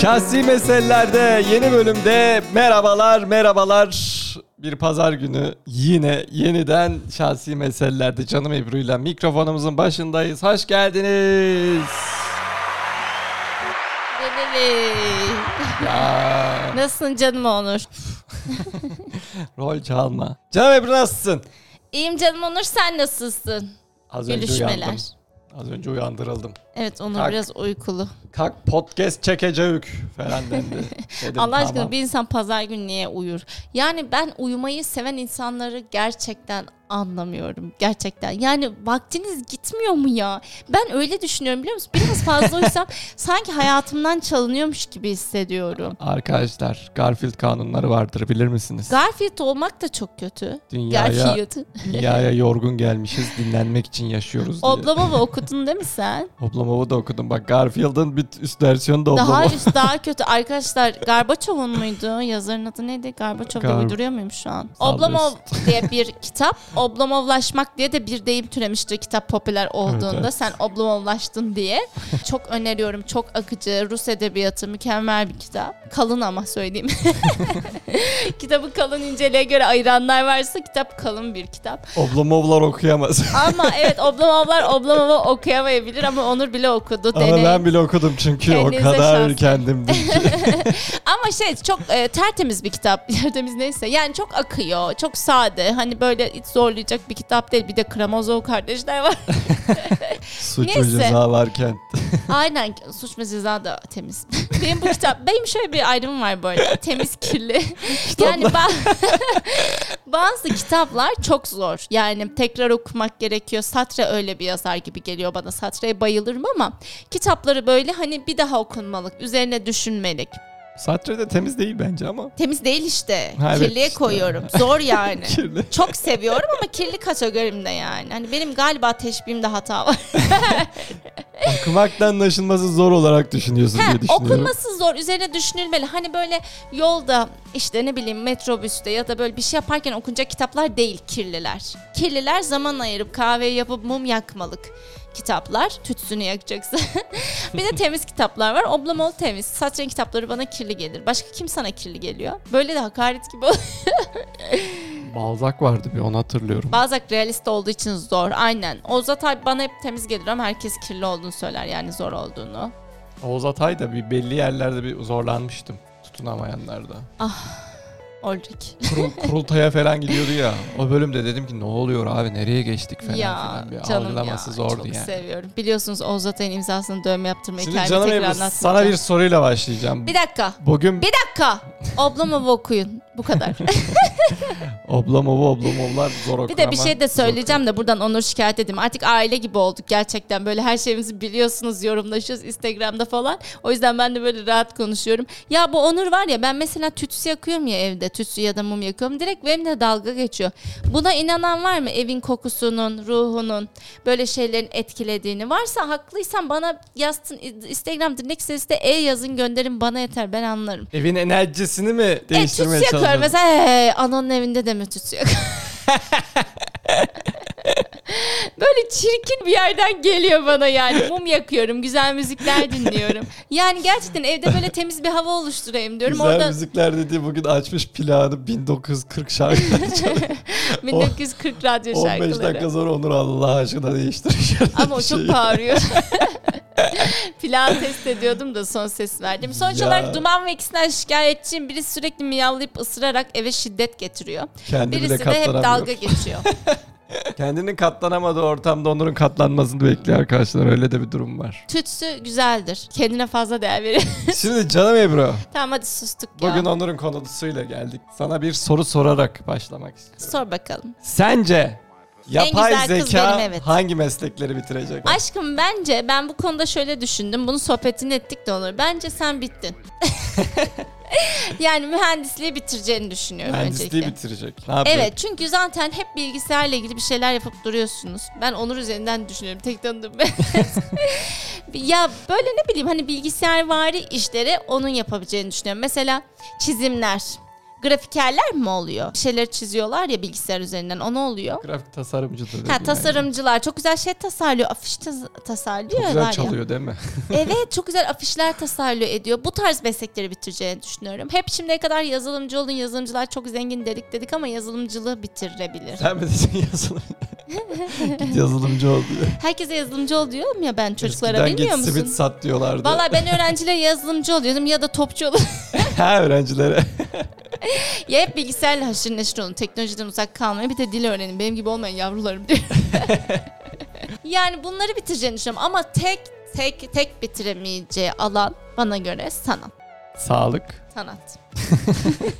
Şahsi meselelerde yeni bölümde merhabalar merhabalar. Bir pazar günü yine yeniden şahsi meselelerde canım Ebru'yla mikrofonumuzun başındayız. Hoş geldiniz. Ya, Nasılsın canım Onur? rol çalma. Canım Ebru nasılsın? İyiyim canım Onur sen nasılsın? Az Gülüşmeler. önce uyandım. Az önce uyandırıldım. Evet Onur Tak. biraz uykulu. Kalk podcast çekeceğük falan dendi. Dedim, Allah aşkına tamam. bir insan pazar günü niye uyur? Yani ben uyumayı seven insanları gerçekten anlamıyorum. Gerçekten. Yani vaktiniz gitmiyor mu ya? Ben öyle düşünüyorum biliyor musun? Biraz fazla uyusam sanki hayatımdan çalınıyormuş gibi hissediyorum. Arkadaşlar Garfield kanunları vardır bilir misiniz? Garfield olmak da çok kötü. Dünyaya, Garfield. dünyaya yorgun gelmişiz dinlenmek için yaşıyoruz diye. Oblomova okudun değil mi sen? Oblomov'u da okudum. Bak Garfield'ın bir üst versiyonu da Oblomov. Daha üst daha kötü. Arkadaşlar Garbaçov'un muydu? Yazarın adı neydi? Garbaçov diye Gar- uyduruyor muyum şu an? Sallıyorsun. Oblomov diye bir kitap. Oblomovlaşmak diye de bir deyim türemiştir kitap popüler olduğunda. Evet, evet. Sen Oblomovlaştın diye. Çok öneriyorum. Çok akıcı. Rus edebiyatı mükemmel bir kitap. Kalın ama söyleyeyim. Kitabı kalın inceliğe göre ayıranlar varsa kitap kalın bir kitap. Oblomov'lar okuyamaz. Ama evet Oblomovlar Oblomov'u okuyamayabilir ama Onur bile okudu. Ama Deney. ben bile okudum çünkü o Kendinize kadar şans. kendim değil. Ama şey çok e, tertemiz bir kitap. Tertemiz neyse. Yani çok akıyor. Çok sade. Hani böyle hiç zorlayacak bir kitap değil. Bir de Kramozov kardeşler var. Suç ve Neyse. ceza varken. Aynen. Suç ve ceza da temiz. benim bu kitap. Benim şöyle bir ayrım var bu arada. Temiz kirli. yani ba- bazı kitaplar çok zor. Yani tekrar okumak gerekiyor. Satre öyle bir yazar gibi geliyor bana. Satre'ye bayılırım ama kitapları böyle hani bir daha okunmalık. Üzerine düşünmelik. Satre de temiz değil bence ama. Temiz değil işte. Ha, evet Kirliye işte. koyuyorum. Zor yani. Kirli. Çok seviyorum ama kirli kategorimde yani. Hani benim galiba teşbihimde hata var. Okumaktan anlaşılması zor olarak düşünüyorsun Ha, diye düşünüyorum. okunması zor, üzerine düşünülmeli. Hani böyle yolda işte ne bileyim metrobüste ya da böyle bir şey yaparken okunacak kitaplar değil kirliler. Kirliler zaman ayırıp kahve yapıp mum yakmalık kitaplar. Tütsünü yakacaksın. bir de temiz kitaplar var. Oblomol temiz. Satranç kitapları bana kirli gelir. Başka kim sana kirli geliyor? Böyle de hakaret gibi oluyor. Balzac vardı bir onu hatırlıyorum. Bazak realist olduğu için zor. Aynen. Oğuz Atay bana hep temiz gelir ama herkes kirli olduğunu söyler yani zor olduğunu. Oğuz Atay da bir belli yerlerde bir zorlanmıştım. Tutunamayanlarda. Olacak. Kurul, kurultaya falan gidiyordu ya. O bölümde dedim ki ne oluyor abi nereye geçtik falan ya filan. Bir canım ya. algılaması zordu çok yani. seviyorum. Biliyorsunuz Oğuz Atay'ın imzasını dövme yaptırmayı Şimdi kendimi canım tekrar Ebru anlatmayacağım. sana bir soruyla başlayacağım. Bir dakika. Bugün Bir dakika. Oblomov'u okuyun. Bu kadar. Oblomov'u oblomovlar zor okur bir de ama bir şey de zor söyleyeceğim de buradan Onur şikayet edeyim. Artık aile gibi olduk gerçekten. Böyle her şeyimizi biliyorsunuz, yorumlaşıyoruz Instagram'da falan. O yüzden ben de böyle rahat konuşuyorum. Ya bu Onur var ya ben mesela tütsü yakıyorum ya evde. Tütsü ya da mum yakıyorum. Direkt benimle dalga geçiyor. Buna inanan var mı? Evin kokusunun, ruhunun böyle şeylerin etkilediğini. Varsa haklıysan bana yazsın. Instagram dinlek sesinde E yazın gönderin bana yeter ben anlarım. okur. Evin enerjisini mi E tütsü değiştirmeye yakıyorum. çalışıyorsun? Mesela "Hey, ananın evinde de mi tütsü yakıyor? Böyle çirkin bir yerden geliyor bana yani. Mum yakıyorum, güzel müzikler dinliyorum. Yani gerçekten evde böyle temiz bir hava oluşturayım diyorum. Güzel Orada müzikler dediği bugün açmış planı 1940 şarkıları çalıyor. 1940 radyo 15 şarkıları. dakika şey. sonra Onur Allah aşkına değiştirecek. Ama o şeyi. çok bağırıyor. Plan test ediyordum da son ses verdim. Sonuç Ya. olarak duman vekisinden şikayetçiyim. Biri sürekli miyavlayıp ısırarak eve şiddet getiriyor. Kendi bile Birisi de hep katlanamıyor. dalga geçiyor. Kendinin katlanamadığı ortamda Onur'un katlanmasını bekliyor arkadaşlar. Öyle de bir durum var. Tütsü güzeldir. Kendine fazla değer verin. Şimdi canım Ebru. tamam hadi sustuk ya. Bugün Onur'un konusuyla geldik. Sana bir soru sorarak başlamak istiyorum. Sor bakalım. Sence yapay güzel kız zeka benim, evet. hangi meslekleri bitirecek? Aşkım bence ben bu konuda şöyle düşündüm. Bunu sohbetini ettik de olur. Bence sen bittin. yani mühendisliği bitireceğini düşünüyorum Mühendisliği öncelikle. bitirecek. Ne yapacak? Evet çünkü zaten hep bilgisayarla ilgili bir şeyler yapıp duruyorsunuz. Ben Onur üzerinden düşünüyorum. Tek tanıdığım ben. ya böyle ne bileyim hani bilgisayarvari işleri onun yapabileceğini düşünüyorum. Mesela çizimler, grafikerler mi oluyor? Bir şeyler çiziyorlar ya bilgisayar üzerinden o ne oluyor? Grafik tasarımcıdır. Ha tasarımcılar çok güzel şey tasarlıyor. Afiş tas- tasarlıyor Çok var güzel ya. çalıyor değil mi? evet çok güzel afişler tasarlıyor ediyor. Bu tarz meslekleri bitireceğini düşünüyorum. Hep şimdiye kadar yazılımcı olun yazılımcılar çok zengin dedik dedik ama yazılımcılığı bitirebilir. Sen mi dedin yazılım? Git yazılımcı ol diyor. Herkese yazılımcı ol diyorum ya ben çocuklara Eskiden bilmiyor git musun? simit sat diyorlardı. Valla ben öğrencilere yazılımcı oluyordum ya da topçu oluyordum. ha öğrencilere. ya hep bilgisayarla haşır neşir olun. Teknolojiden uzak kalmayın. Bir de dil öğrenin. Benim gibi olmayın yavrularım diyor. yani bunları bitireceğini düşünüyorum. Ama tek tek tek bitiremeyeceği alan bana göre sanat. Sağlık. Sanat.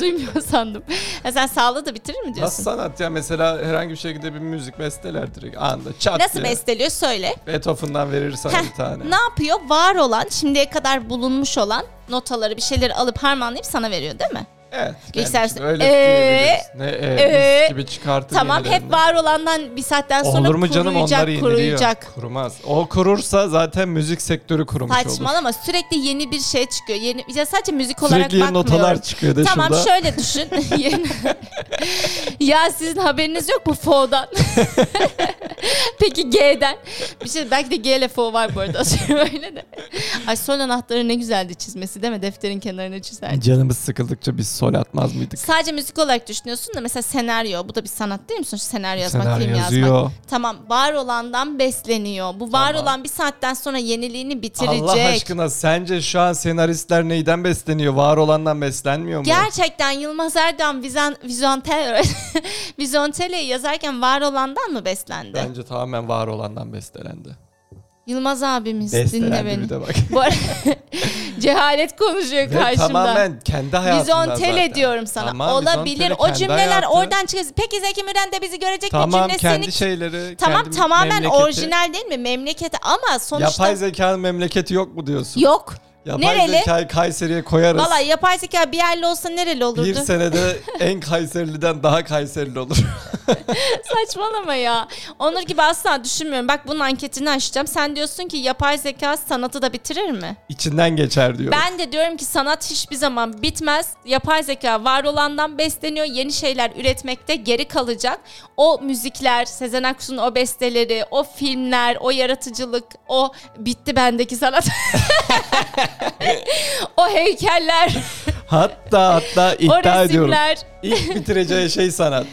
Duymuyor sandım. Ya sen sağlığı da bitirir mi Nasıl diyorsun? sanat ya? Mesela herhangi bir şekilde bir müzik besteler direkt anında çat Nasıl diye. besteliyor söyle. Beethoven'dan verir sana Heh, bir tane. Ne yapıyor? Var olan, şimdiye kadar bulunmuş olan notaları, bir şeyleri alıp harmanlayıp sana veriyor değil mi? Evet. Bilgisayar- kendisi Öyle Ee, diyebiliriz. Ne ee, ee, mis gibi çıkartır Tamam hep yenilerinden. var olandan bir saatten sonra Olur mu canım kuruyacak, onlar yeniliyor. kuruyacak. Kurumaz. O kurursa zaten müzik sektörü kurumuş olur. Saçmalama sürekli yeni bir şey çıkıyor. Yeni ya sadece müzik olarak Sürekli yeni bakmıyorum. notalar çıkıyor da Tamam şurada. şöyle düşün. Yeni- ya sizin haberiniz yok mu Fo'dan? Peki G'den. Bir şey belki de G ile Fo var bu arada. Öyle de. Ay son anahtarı ne güzeldi çizmesi değil mi? Defterin kenarına çizerdi. Canımız sıkıldıkça biz sol atmaz mıydık? Sadece müzik olarak düşünüyorsun da mesela senaryo bu da bir sanat değil mi? Sonuçta senaryo yazmak, Senaryo film yazıyor. yazmak. Tamam var olandan besleniyor. Bu var Tamam. olan bir saatten sonra yeniliğini bitirecek. Allah aşkına sence şu an senaristler neyden besleniyor? Var olandan beslenmiyor mu? Gerçekten Yılmaz Erdoğan Vizan, Vizontel, Vizontele'yi yazarken var olandan mı beslendi? Bence tamamen var olandan bestelendi. Yılmaz abimiz dinle Bestelendi beni. bir de bak. Bu arada cehalet konuşuyor Ve karşımda. tamamen kendi hayatından Vizontele zaten. diyorum sana. Tamam, Olabilir. Vizontele O kendi cümleler hayatı. oradan çıkıyor. Peki Zeki Müren de bizi görecek Tamam bir cümlesini... kendi şeyleri. tamam kendi tamamen memleketi. orijinal değil mi? Memleketi ama sonuçta... Yapay zekanın memleketi yok mu diyorsun? Yok. Yapay Nereli? zekayı Kayseri'ye koyarız. Valla yapay zeka bir yerli olsa nereli olurdu? bir senede en Kayserili'den daha Kayserili olur. Saçmalama ya. Onur gibi asla düşünmüyorum. Bak bunun anketini açacağım. Sen diyorsun ki yapay zeka sanatı da bitirir mi? İçinden geçer diyor. Ben de diyorum ki sanat hiçbir zaman bitmez. Yapay zeka var olandan besleniyor. Yeni şeyler üretmekte geri kalacak. O müzikler, Sezen Aksu'nun o besteleri, o filmler, o yaratıcılık, o bitti bendeki sanat. o heykeller, Hatta hatta o iddia ediyorum. resimler. İlk bitireceği şey sanat.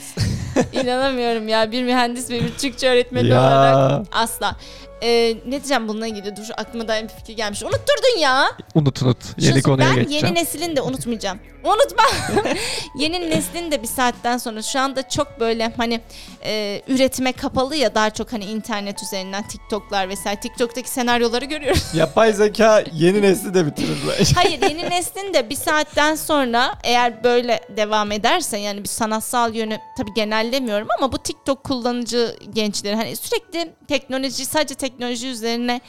İnanamıyorum ya bir mühendis ve bir Türkçe öğretmeni Ya. olarak asla. Ee, ne diyeceğim bununla ilgili dur aklıma daha bir fikir gelmiş. Unutturdun ya. unut unut. Şu- şey ben yeni neslin de unutmayacağım. Unutma. yeni neslin de bir saatten sonra şu anda çok böyle hani e, üretime kapalı ya daha çok hani internet üzerinden TikTok'lar vesaire TikTok'taki senaryoları görüyoruz. Yapay zeka yeni nesli de bitirir bence. Hayır yeni neslin de bir saatten sonra eğer böyle devam ederse yani bir sanatsal yönü tabii genellemiyorum ama bu TikTok kullanıcı gençleri hani sürekli teknoloji sadece teknoloji üzerine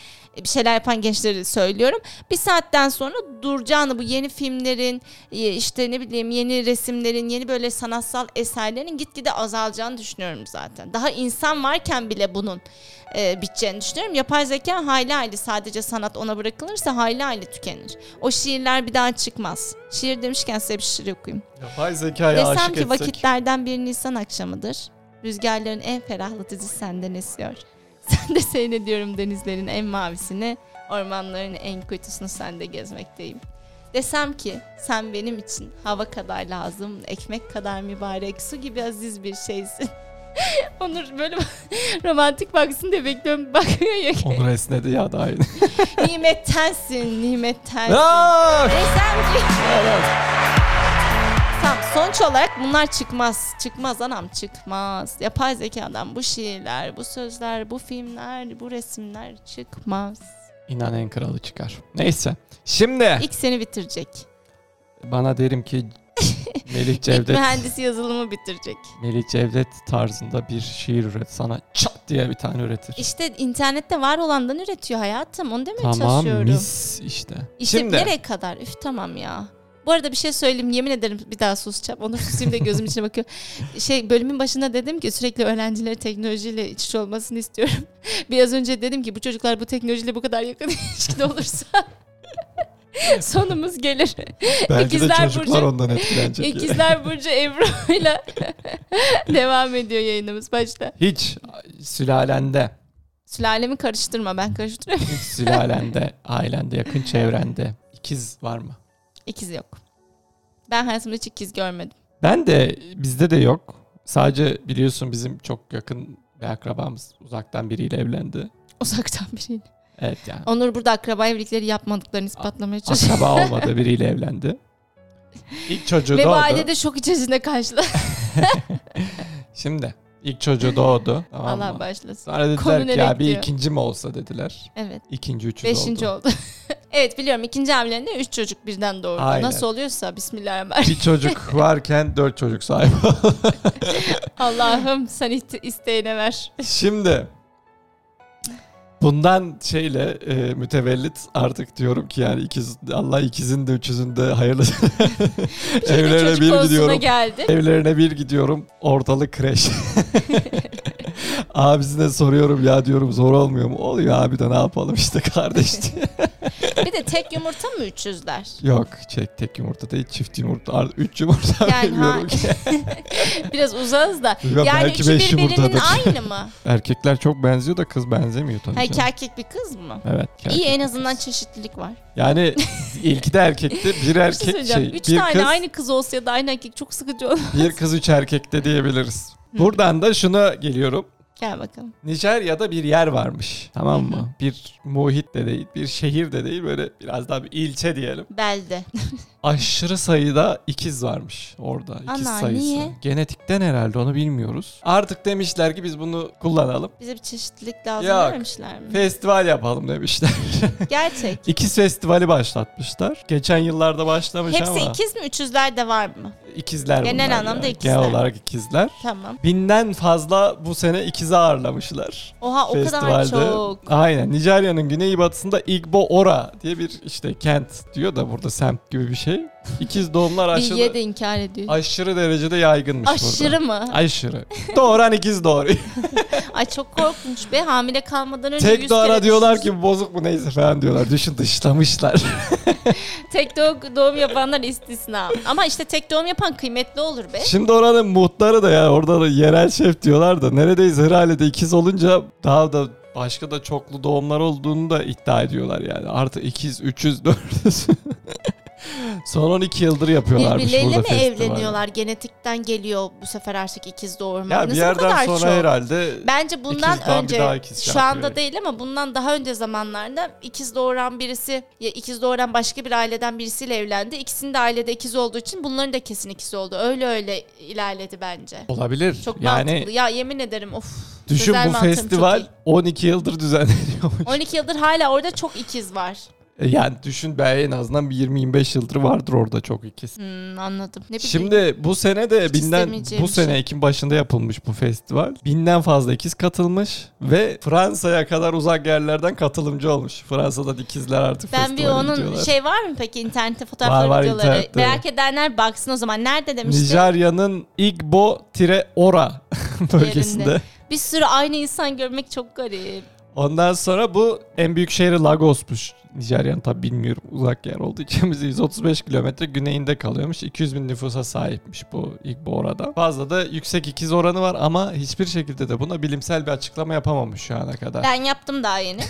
bir şeyler yapan gençleri söylüyorum. Bir saatten sonra duracağını bu yeni filmlerin e, işte ne bileyim yeni resimlerin yeni böyle sanatsal eserlerin gitgide azalacağını düşünüyorum zaten. Daha insan varken bile bunun e, biteceğini düşünüyorum. Yapay zeka hayli hayli sadece sanat ona bırakılırsa hayli hayli tükenir. O şiirler bir daha çıkmaz. Şiir demişken size bir şiir okuyayım. Yapay zekaya aşık Desem ki etsek. vakitlerden bir Nisan akşamıdır. Rüzgarların en ferahlatıcı senden esiyor. Sen de seyrediyorum denizlerin en mavisini, ormanların en kuytusunu sende gezmekteyim. Desem ki sen benim için hava kadar lazım, ekmek kadar mübarek, su gibi aziz bir şeysin. Onur böyle romantik baksın diye bekliyorum. Bakıyor ya. Onur esnedi ya da aynı. nimettensin, nimettensin. Aa! Desem ki... Tamam sonuç olarak bunlar çıkmaz. Çıkmaz anam çıkmaz. Yapay zekadan bu şiirler, bu sözler, bu filmler, bu resimler çıkmaz. İnan en kralı çıkar. Neyse. Şimdi İlk seni bitirecek. bana derim ki Melih İlk Cevdet mühendisi yazılımı bitirecek. Melih Cevdet tarzında bir şiir üret sana çat diye bir tane üretir. İşte internette var olandan üretiyor hayatım. Onu demeye Tamam çalışıyorum. mis işte. İşte Şimdi nereye kadar? Üf tamam ya. Bu arada bir şey söyleyeyim yemin ederim bir daha susacağım. Onu susayım da gözüm içine bakıyor. Şey bölümün başında dedim ki sürekli öğrencileri teknolojiyle iç içe olmasını istiyorum. Biraz önce dedim ki bu çocuklar bu teknolojiyle bu kadar yakın ilişkide olursa sonumuz gelir. Belki de İkizler çocuklar Burcu. ondan etkilenecek. yani. İkizler Burcu Ebru ile devam ediyor yayınımız başta. Hiç sülalende, Sülalemi karıştırma ben karıştırıyorum. hiç sülalende, ailende, yakın çevrende ikiz var mı? İkiz yok. Ben hayatımda hiç ikiz görmedim. Ben de bizde de yok. Sadece biliyorsun bizim çok yakın bir akrabamız uzaktan biriyle evlendi. Uzaktan biriyle. Evet yani. Onur burada akraba evlilikleri yapmadıklarını ispatlamaya çalışıyor. Akraba olmadığı biriyle evlendi. İlk çocuğu Ve bu doğdu. aile de şok içerisinde karşıladı. Şimdi ilk çocuğu doğdu. Tamam mı? Allah başlasın. Sonra dediler Konu ki nereye ya bir gidiyor?" ikinci mi olsa dediler. Evet. İkinci, üçüncü Beşinci oldu. oldu. evet biliyorum ikinci hamileliğinde üç çocuk birden doğurdu. Aynen. Nasıl oluyorsa bismillahirrahmanirrahim. Bir çocuk varken dört çocuk sahibi oldu. Allah'ım sen iste- isteğine ver. Şimdi bundan şeyle e, mütevellit artık diyorum ki yani ikiz Allah ikizin de üçüzün de hayırlı Şimdi evlerine çocuk bir konusuna gidiyorum. geldi. Evlerine bir gidiyorum. Ortalık kreş. Abisine soruyorum ya diyorum zor olmuyor mu? Oluyor abi de ne yapalım işte kardeş diye. Bir de tek yumurta mı 300'ler? Yok çek tek yumurta değil çift yumurta. ar- Üç yumurta Yani veriyorum ha- ki. Biraz uzağız da. Ya yani belki üçü beş birbirinin yumurtadır. aynı mı? Erkekler çok benziyor da kız benzemiyor tabii. Hayır canım. erkek bir kız mı? Evet. İyi erkek. en azından çeşitlilik var. Yani ilki de erkekti. Bir Bir şey erkek şey, söyleyeceğim. Üç bir tane kız, aynı kız olsa ya da aynı erkek çok sıkıcı olur. bir kız üç erkekte diyebiliriz. Buradan da şuna geliyorum. Gel bakalım. Nijerya'da bir yer varmış. Tamam Hı hı. mı? Bir muhit de değil, bir şehir de değil. Böyle biraz daha bir ilçe diyelim. Belde. Aşırı sayıda ikiz varmış orada. İkiz Ana, sayısı. niye? Genetikten herhalde onu bilmiyoruz. Artık demişler ki biz bunu kullanalım. Bize bir çeşitlilik lazım Yok. dememişler mi? Festival yapalım demişler. Gerçek. İkiz festivali başlatmışlar. Geçen yıllarda başlamış Hepsi ama ikiz mi? Üçüzler de var mı? ikizler Genel bunlar anlamda yani. ikizler. Genel olarak ikizler. Tamam. Binden fazla bu sene ikizi ağırlamışlar. Oha o kadar çok. Aynen. Nijerya'nın güneybatısında Igbo Ora diye bir işte kent diyor da burada semt gibi bir şey. İkiz doğumlar Bilgiye aşırı, de inkar ediyor. aşırı derecede yaygınmış burada. Aşırı mı? Aşırı. Doğuran ikiz doğuruyor. Ay çok korkunç be. Hamile kalmadan önce Tek yüz doğara kere diyorlar ki bozuk mu neyse falan diyorlar. Düşün dışlamışlar. Tek doğ- doğum yapanlar istisna. Ama işte tek doğum yapan kıymetli olur be. Şimdi oranın muhtarı da ya orada da yerel şef diyorlar da neredeyse herhalde ikiz olunca daha da başka da çoklu doğumlar olduğunu da iddia ediyorlar yani. Artı ikiz, üçüz, dördüz. Son 12 yıldır yapıyorlarmış Birbirleriyle mi burada festivali. evleniyorlar? Genetikten geliyor bu sefer erkek ikiz doğurma. Ya bir Nasıl bu kadar yerden sonra çok? herhalde Bence bundan İkiz doğan bir daha önce ikiz şu yapıyor. anda değil ama bundan daha önce zamanlarda ikiz doğuran birisi ya ikiz doğuran başka bir aileden birisiyle evlendi. İkisinin de ailede ikiz olduğu için bunların da kesin ikiz oldu. Öyle öyle ilerledi bence. olabilir. Çok yani mantıklı. Ya yemin ederim of. düşün Özel bu mantığım çok festival iyi. 12 yıldır düzenleniyormuş. E 12 yıldır hala orada çok ikiz var. Yani düşün belki en azından bir 20-25 yıldır vardır orada çok ikiz. Hmm, anladım. Ne bileyim. Şimdi bu sene de Hiç binden istemeyeceğim bu bir sene şey. Ekim başında yapılmış bu festival. Binden fazla ikiz katılmış ve Fransa'ya kadar uzak yerlerden katılımcı olmuş. Fransa'da da ikizler artık ben bir festivale onun gidiyorlar. şey var mı peki internette fotoğrafları var, videoları? internette. Merak edenler baksın o zaman. Nerede demiştin? Nijerya'nın Igbo-Ora bölgesinde. Yerinde. Bir sürü aynı insan görmek çok garip. Ondan sonra bu en büyük şehri Lagos'muş. Nijerya'nın tabi bilmiyorum uzak yer olduğu için bize 135 kilometre güneyinde kalıyormuş. 200 bin nüfusa sahipmiş bu Igbo orada. Fazla da yüksek ikiz oranı var ama hiçbir şekilde de buna bilimsel bir açıklama yapamamış şu ana kadar. Ben yaptım daha yeni.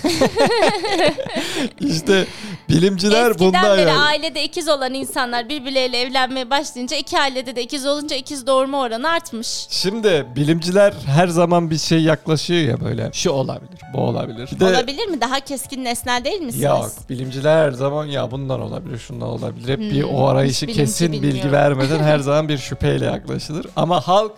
İşte bilimciler Eskiden bundan beri yani. ailede ikiz olan insanlar birbirleriyle evlenmeye başlayınca iki ailede de ikiz olunca ikiz doğurma oranı artmış. Şimdi bilimciler her zaman bir şey yaklaşıyor ya böyle. Şu olabilir, bu olabilir. Bir de Olabilir mi? Daha keskin nesnel değil misiniz? Yok bilimciler her zaman ya bundan olabilir şundan olabilir. Hep bir Hmm, o arayışı hiç bilimci kesin bilgi bilmiyor. vermeden her zaman bir şüpheyle yaklaşılır. Ama halk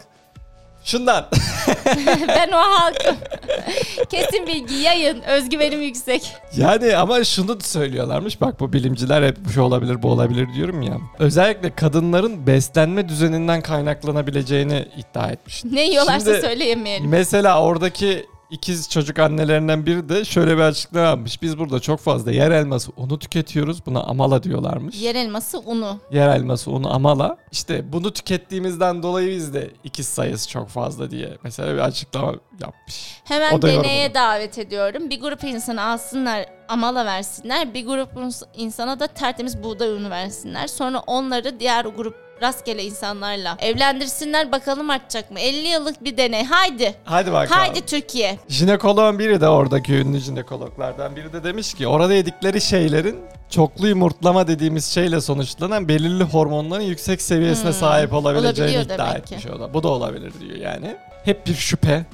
şundan ben o halkım. Kesin bilgi yayın. Özgüvenim yüksek. yani ama şunu da söylüyorlarmış bak bu bilimciler hep şu olabilir bu olabilir diyorum ya. Özellikle kadınların beslenme düzeninden kaynaklanabileceğini iddia etmiş. Ne yiyorlarsa Şimdi- söyleyemeyelim. Mesela oradaki ikiz çocuk annelerinden biri de şöyle bir açıklama yapmış. Biz burada çok fazla yer elması unu tüketiyoruz. Buna amala diyorlarmış. Yer elması unu. Yer elması unu amala. İşte bunu tükettiğimizden dolayı bizde ikiz sayısı çok fazla diye mesela bir açıklama yapmış. Hemen O da yorumu. deneye davet ediyorum. Bir grup insanı alsınlar amala versinler. Bir grup ins- insana da tertemiz buğday unu versinler. Sonra onları diğer grup rastgele insanlarla evlendirsinler. Bakalım artacak mı? 50 yıllık bir deney. Haydi. Hadi bakalım. Haydi Türkiye. Jinekoloğun biri de oradaki ünlü jinekologlardan biri de demiş ki orada yedikleri şeylerin çoklu yumurtlama dediğimiz şeyle sonuçlanan belirli hormonların yüksek seviyesine sahip olabileceğini Hmm. olabiliyor iddia demek ki. etmiş o da. Bu da olabilir diyor yani. Hep bir şüphe,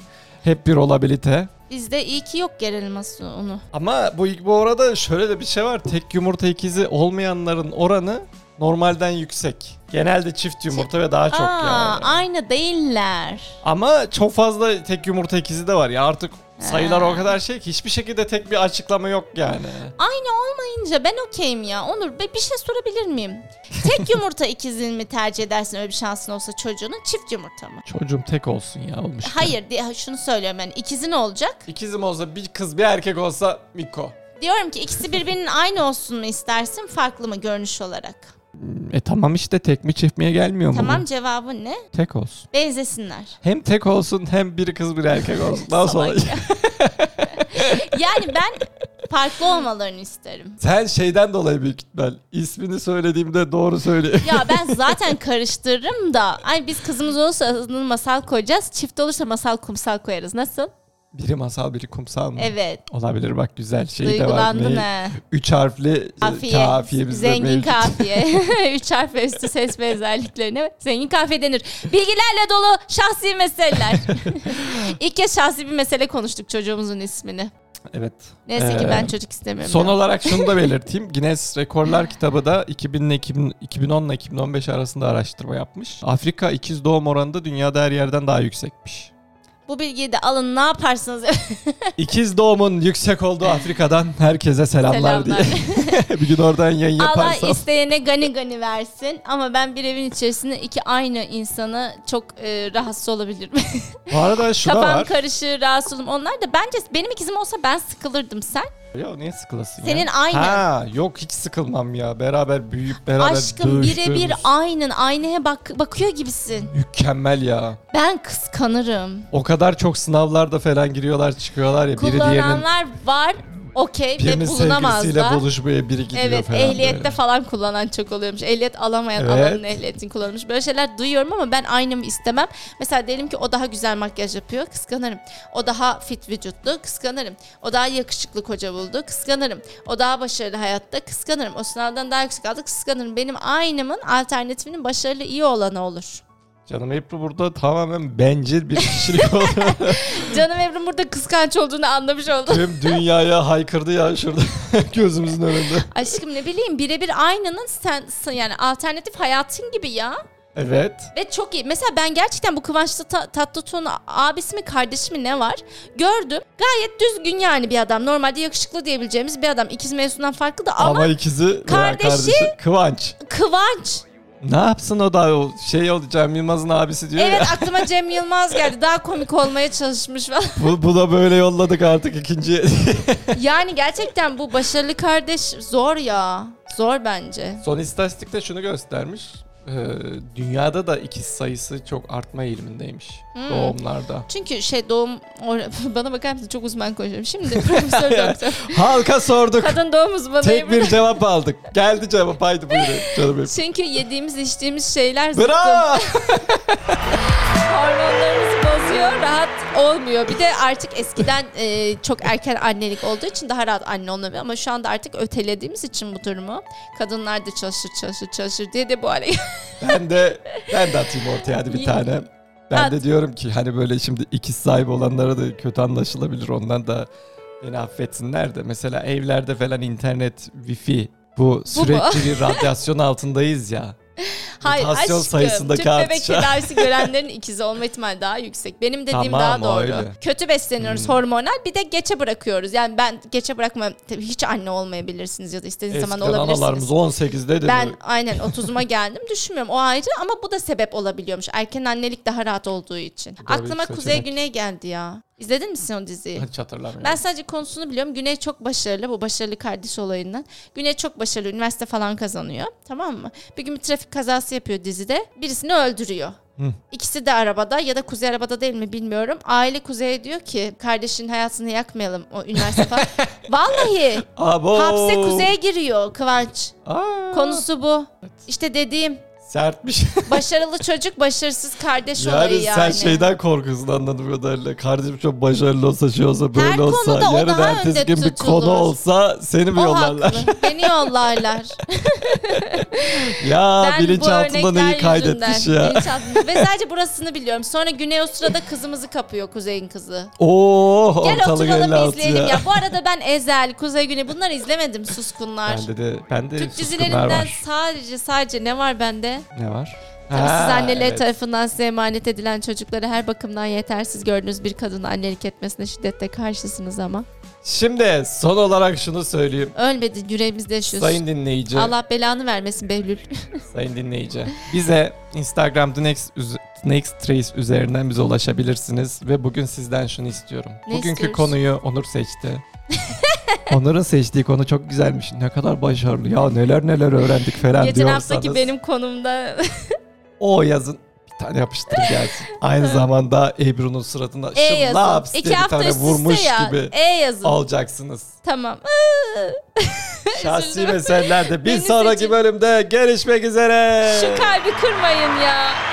hep bir olabilite. Bizde iyi ki yok yer elması unu. Ama bu bu arada şöyle de bir şey var. Tek yumurta ikizi olmayanların oranı normalden yüksek. Genelde çift yumurta ve daha çok Aa, yani. aynı değiller. Ama çok fazla tek yumurta ikizi de var ya artık sayılar Ha. o kadar şey ki hiçbir şekilde tek bir açıklama yok yani. Aynı olmayınca ben okeyim ya. Onur be- bir şey sorabilir miyim? Tek yumurta ikizini mi tercih edersin öyle bir şansın olsa çocuğunun çift yumurta mı? Çocuğum tek olsun ya olmuş. Hayır diye şunu söylüyorum yani ikizin olacak. İkizim olsa bir kız bir erkek olsa Miko. Diyorum ki ikisi birbirinin aynı olsun mu istersin farklı mı görünüş olarak? E tamam işte tek mi çift miye gelmiyor mu? Tamam cevabı ne? Tek olsun. Benzesinler. Hem tek olsun hem biri kız bir erkek olsun. Daha sonra. Salak ya. yani ben farklı olmalarını isterim. Sen şeyden dolayı büyük ihtimal ismini söylediğimde doğru söyle. Ya ben zaten karıştırırım da. Ay biz kızımız olursa adını masal koyacağız. Çift olursa masal kumsal koyarız. Nasıl? biri masal biri kumsal mı? Evet. Olabilir bak güzel şey de var. Duygulandın Mey- ha. Üç harfli kafiye, Kafiye. kafiye bizde Zengin mevcut. kafiye. Üç harf ve üstü ses ve özelliklerine zengin kafiye denir. Bilgilerle dolu şahsi meseleler. İlk kez şahsi bir mesele konuştuk çocuğumuzun ismini. Evet. Neyse ki Ee, ben çocuk istemiyorum. Son ya. olarak şunu da belirteyim. Guinness Rekorlar kitabı da 2000 ile 2000 2010 ile 2015 arasında araştırma yapmış. Afrika ikiz doğum oranı da dünyada her yerden daha yüksekmiş. Bu bilgiyi de alın ne yaparsınız İkiz doğumun yüksek olduğu Afrika'dan herkese selamlar, selamlar. diye. bir gün oradan yayın Allah yaparsam. isteyene gani gani versin ama ben bir evin içerisinde iki aynı insana çok e, rahatsız olabilirim. Bu arada şu da Kafam var. karışır, rahatsız olurum. Onlar da bence benim ikizim olsa ben sıkılırdım sen. Ya niye sıkılasın Senin ya? aynı. Ha yok hiç sıkılmam ya. Beraber büyüyüp beraber Aşkım dövüştüğümüz. birebir aynın aynaya bak bakıyor gibisin. Mükemmel ya. Ben kıskanırım. O kadar çok sınavlarda falan giriyorlar çıkıyorlar ya. Biri diğerinin, Kullananlar var okey ve birinin bulunamaz sevgilisiyle da. buluşmaya biri gidiyor Evet falan. ehliyette böyle. falan kullanan çok oluyormuş. Ehliyet alamayan Evet. alanın ehliyetini kullanmış. Böyle şeyler duyuyorum ama ben aynımı istemem. Mesela diyelim ki o daha güzel makyaj yapıyor kıskanırım. O daha fit vücutlu kıskanırım. O daha yakışıklı koca buldu kıskanırım. O daha başarılı hayatta kıskanırım. O sınavdan daha yüksek aldı kıskanırım. Benim aynımın alternatifinin başarılı iyi olanı olur. Canım Ebru burada tamamen bencil bir kişilik oldu. Canım Evrim burada kıskanç olduğunu anlamış oldu. Tüm dünyaya haykırdı ya şurada gözümüzün önünde. Aşkım ne bileyim birebir aynının sen yani alternatif hayatın gibi ya. Evet. Ve çok iyi. Mesela ben gerçekten bu Kıvanç Ta- Tatlıtuğ'un abisi mi kardeşi mi ne var gördüm. Gayet düzgün yani bir adam. Normalde yakışıklı diyebileceğimiz bir adam. İkiz mevzusundan farklı da ama, Ama, ikizi veya kardeşi- kardeşi Kıvanç. Kıvanç. Ne yapsın o da o şey olacağım Yılmaz'ın abisi diyor Evet ya. aklıma Cem Yılmaz geldi. Daha komik olmaya çalışmış falan. Bu, bu da böyle yolladık artık ikinci. Yani gerçekten bu başarılı kardeş zor ya. Zor bence. Son istatistik de şunu göstermiş. Ee, dünyada da ikiz sayısı çok artma eğilimindeymiş Hmm. doğumlarda. Çünkü şey doğum or- bana bakar mısın çok uzman konuşuyorum. Şimdi profesör doktor. Halka sorduk. Kadın doğum uzmanıyım. Tek bir cevap aldık. Geldi cevap haydi buyurun canım Ebru. Çünkü yediğimiz içtiğimiz şeyler zıkkım. Bravo. Hormonlarımızı bozuyor, rahat olmuyor. Bir de artık eskiden e, çok erken annelik olduğu için daha rahat anne olunabiliyor. Ama şu anda artık ötelediğimiz için bu durumu kadınlar da çalışır çalışır çalışır diye de bu hale Ben de ben de atayım ortaya hadi bir İyi. tane. Ben de At. diyorum ki hani böyle şimdi ikiz sahibi olanlara da kötü anlaşılabilir ondan da beni affetsinler de. Mesela evlerde falan internet, wifi bu sürekli bir radyasyon altındayız ya. Hayır Mutasyon aşkım. sayısındaki Tüp bebek artışa. tedavisi görenlerin ikizi olma ihtimali daha yüksek. Benim dediğim Tamam, daha doğru. öyle. Hmm. Kötü besleniyoruz hormonal bir de geçe bırakıyoruz. Yani ben geçe bırakmam. Tabii hiç anne olmayabilirsiniz ya da istediğiniz Eskiden zaman olabilirsiniz. analarımız 18'de de Ben aynen 30'uma geldim düşünmüyorum o ayrı ama bu da sebep olabiliyormuş. Erken annelik daha rahat olduğu için. da bir Aklıma seçenek. Kuzey Güney geldi ya. İzledin mi sen o diziyi? Hiç hatırlamıyorum. Ben sadece konusunu biliyorum. Güney çok başarılı bu başarılı kardeş olayından. Güney çok başarılı üniversite falan kazanıyor. Tamam mı? Bir gün bir trafik kazası yapıyor dizide. Birisini öldürüyor. Hı. İkisi de arabada ya da kuzey arabada değil mi bilmiyorum. Aile kuzeye diyor ki kardeşin hayatını yakmayalım o üniversite falan. Vallahi Abo. hapse kuzeye giriyor Kıvanç. Aa, Konusu bu. İşte dediğim sertmiş. başarılı çocuk başarısız kardeş yani, olayı yani. sen şeyden korkuyorsun anladığım kadarıyla. Kardeşim çok başarılı olsa şey olsa böyle Her olsa. konuda o yarın daha ertesi önde gün bir tutulur. konu olsa seni mi o yollarlar? haklı. Beni yollarlar. ya Ben bu bilinçaltından örnekler iyi kaydetmiş yüzünden, ya. bilinçaltında- Ve sadece burasını biliyorum. Sonra Güney o sırada kızımızı kapıyor Kuzey'in kızı. Oo Gel ortalık el oturalım altı izleyelim. Ya. ya. bu arada ben Ezel, Kuzey Güney bunları izlemedim suskunlar. Bende de, bende Türk suskunlar dizilerinden var. sadece sadece ne var bende? Ne var? Tabii siz Ha, anneler evet. tarafından size emanet edilen çocukları her bakımdan yetersiz gördüğünüz bir kadının annelik etmesine şiddetle karşısınız ama. Şimdi son olarak şunu söyleyeyim. Ölmedi yüreğimizde yaşıyoruz. Sayın dinleyici, Allah belanı vermesin Behlül. sayın dinleyici. Bize Instagram The Next, üz- Next Trace üzerinden bize ulaşabilirsiniz ve bugün sizden şunu istiyorum. Ne Bugünkü istiyoruz? konuyu Onur seçti. Onur'un seçtiği konu çok güzelmiş. Ne kadar başarılı ya neler neler öğrendik falan Geçen diyorsanız. haftaki benim konumda O yazın bir tane yapıştırın gelsin. Aynı zamanda Ebru'nun suratına E e yazın. diye İki bir hafta tane üst vurmuş üste ya. gibi E yazın. alacaksınız. Tamam. Şahsi Üzüldüm. meselelerde bir Beni sonraki seçin. bölümde görüşmek üzere. Şu kalbi kırmayın ya.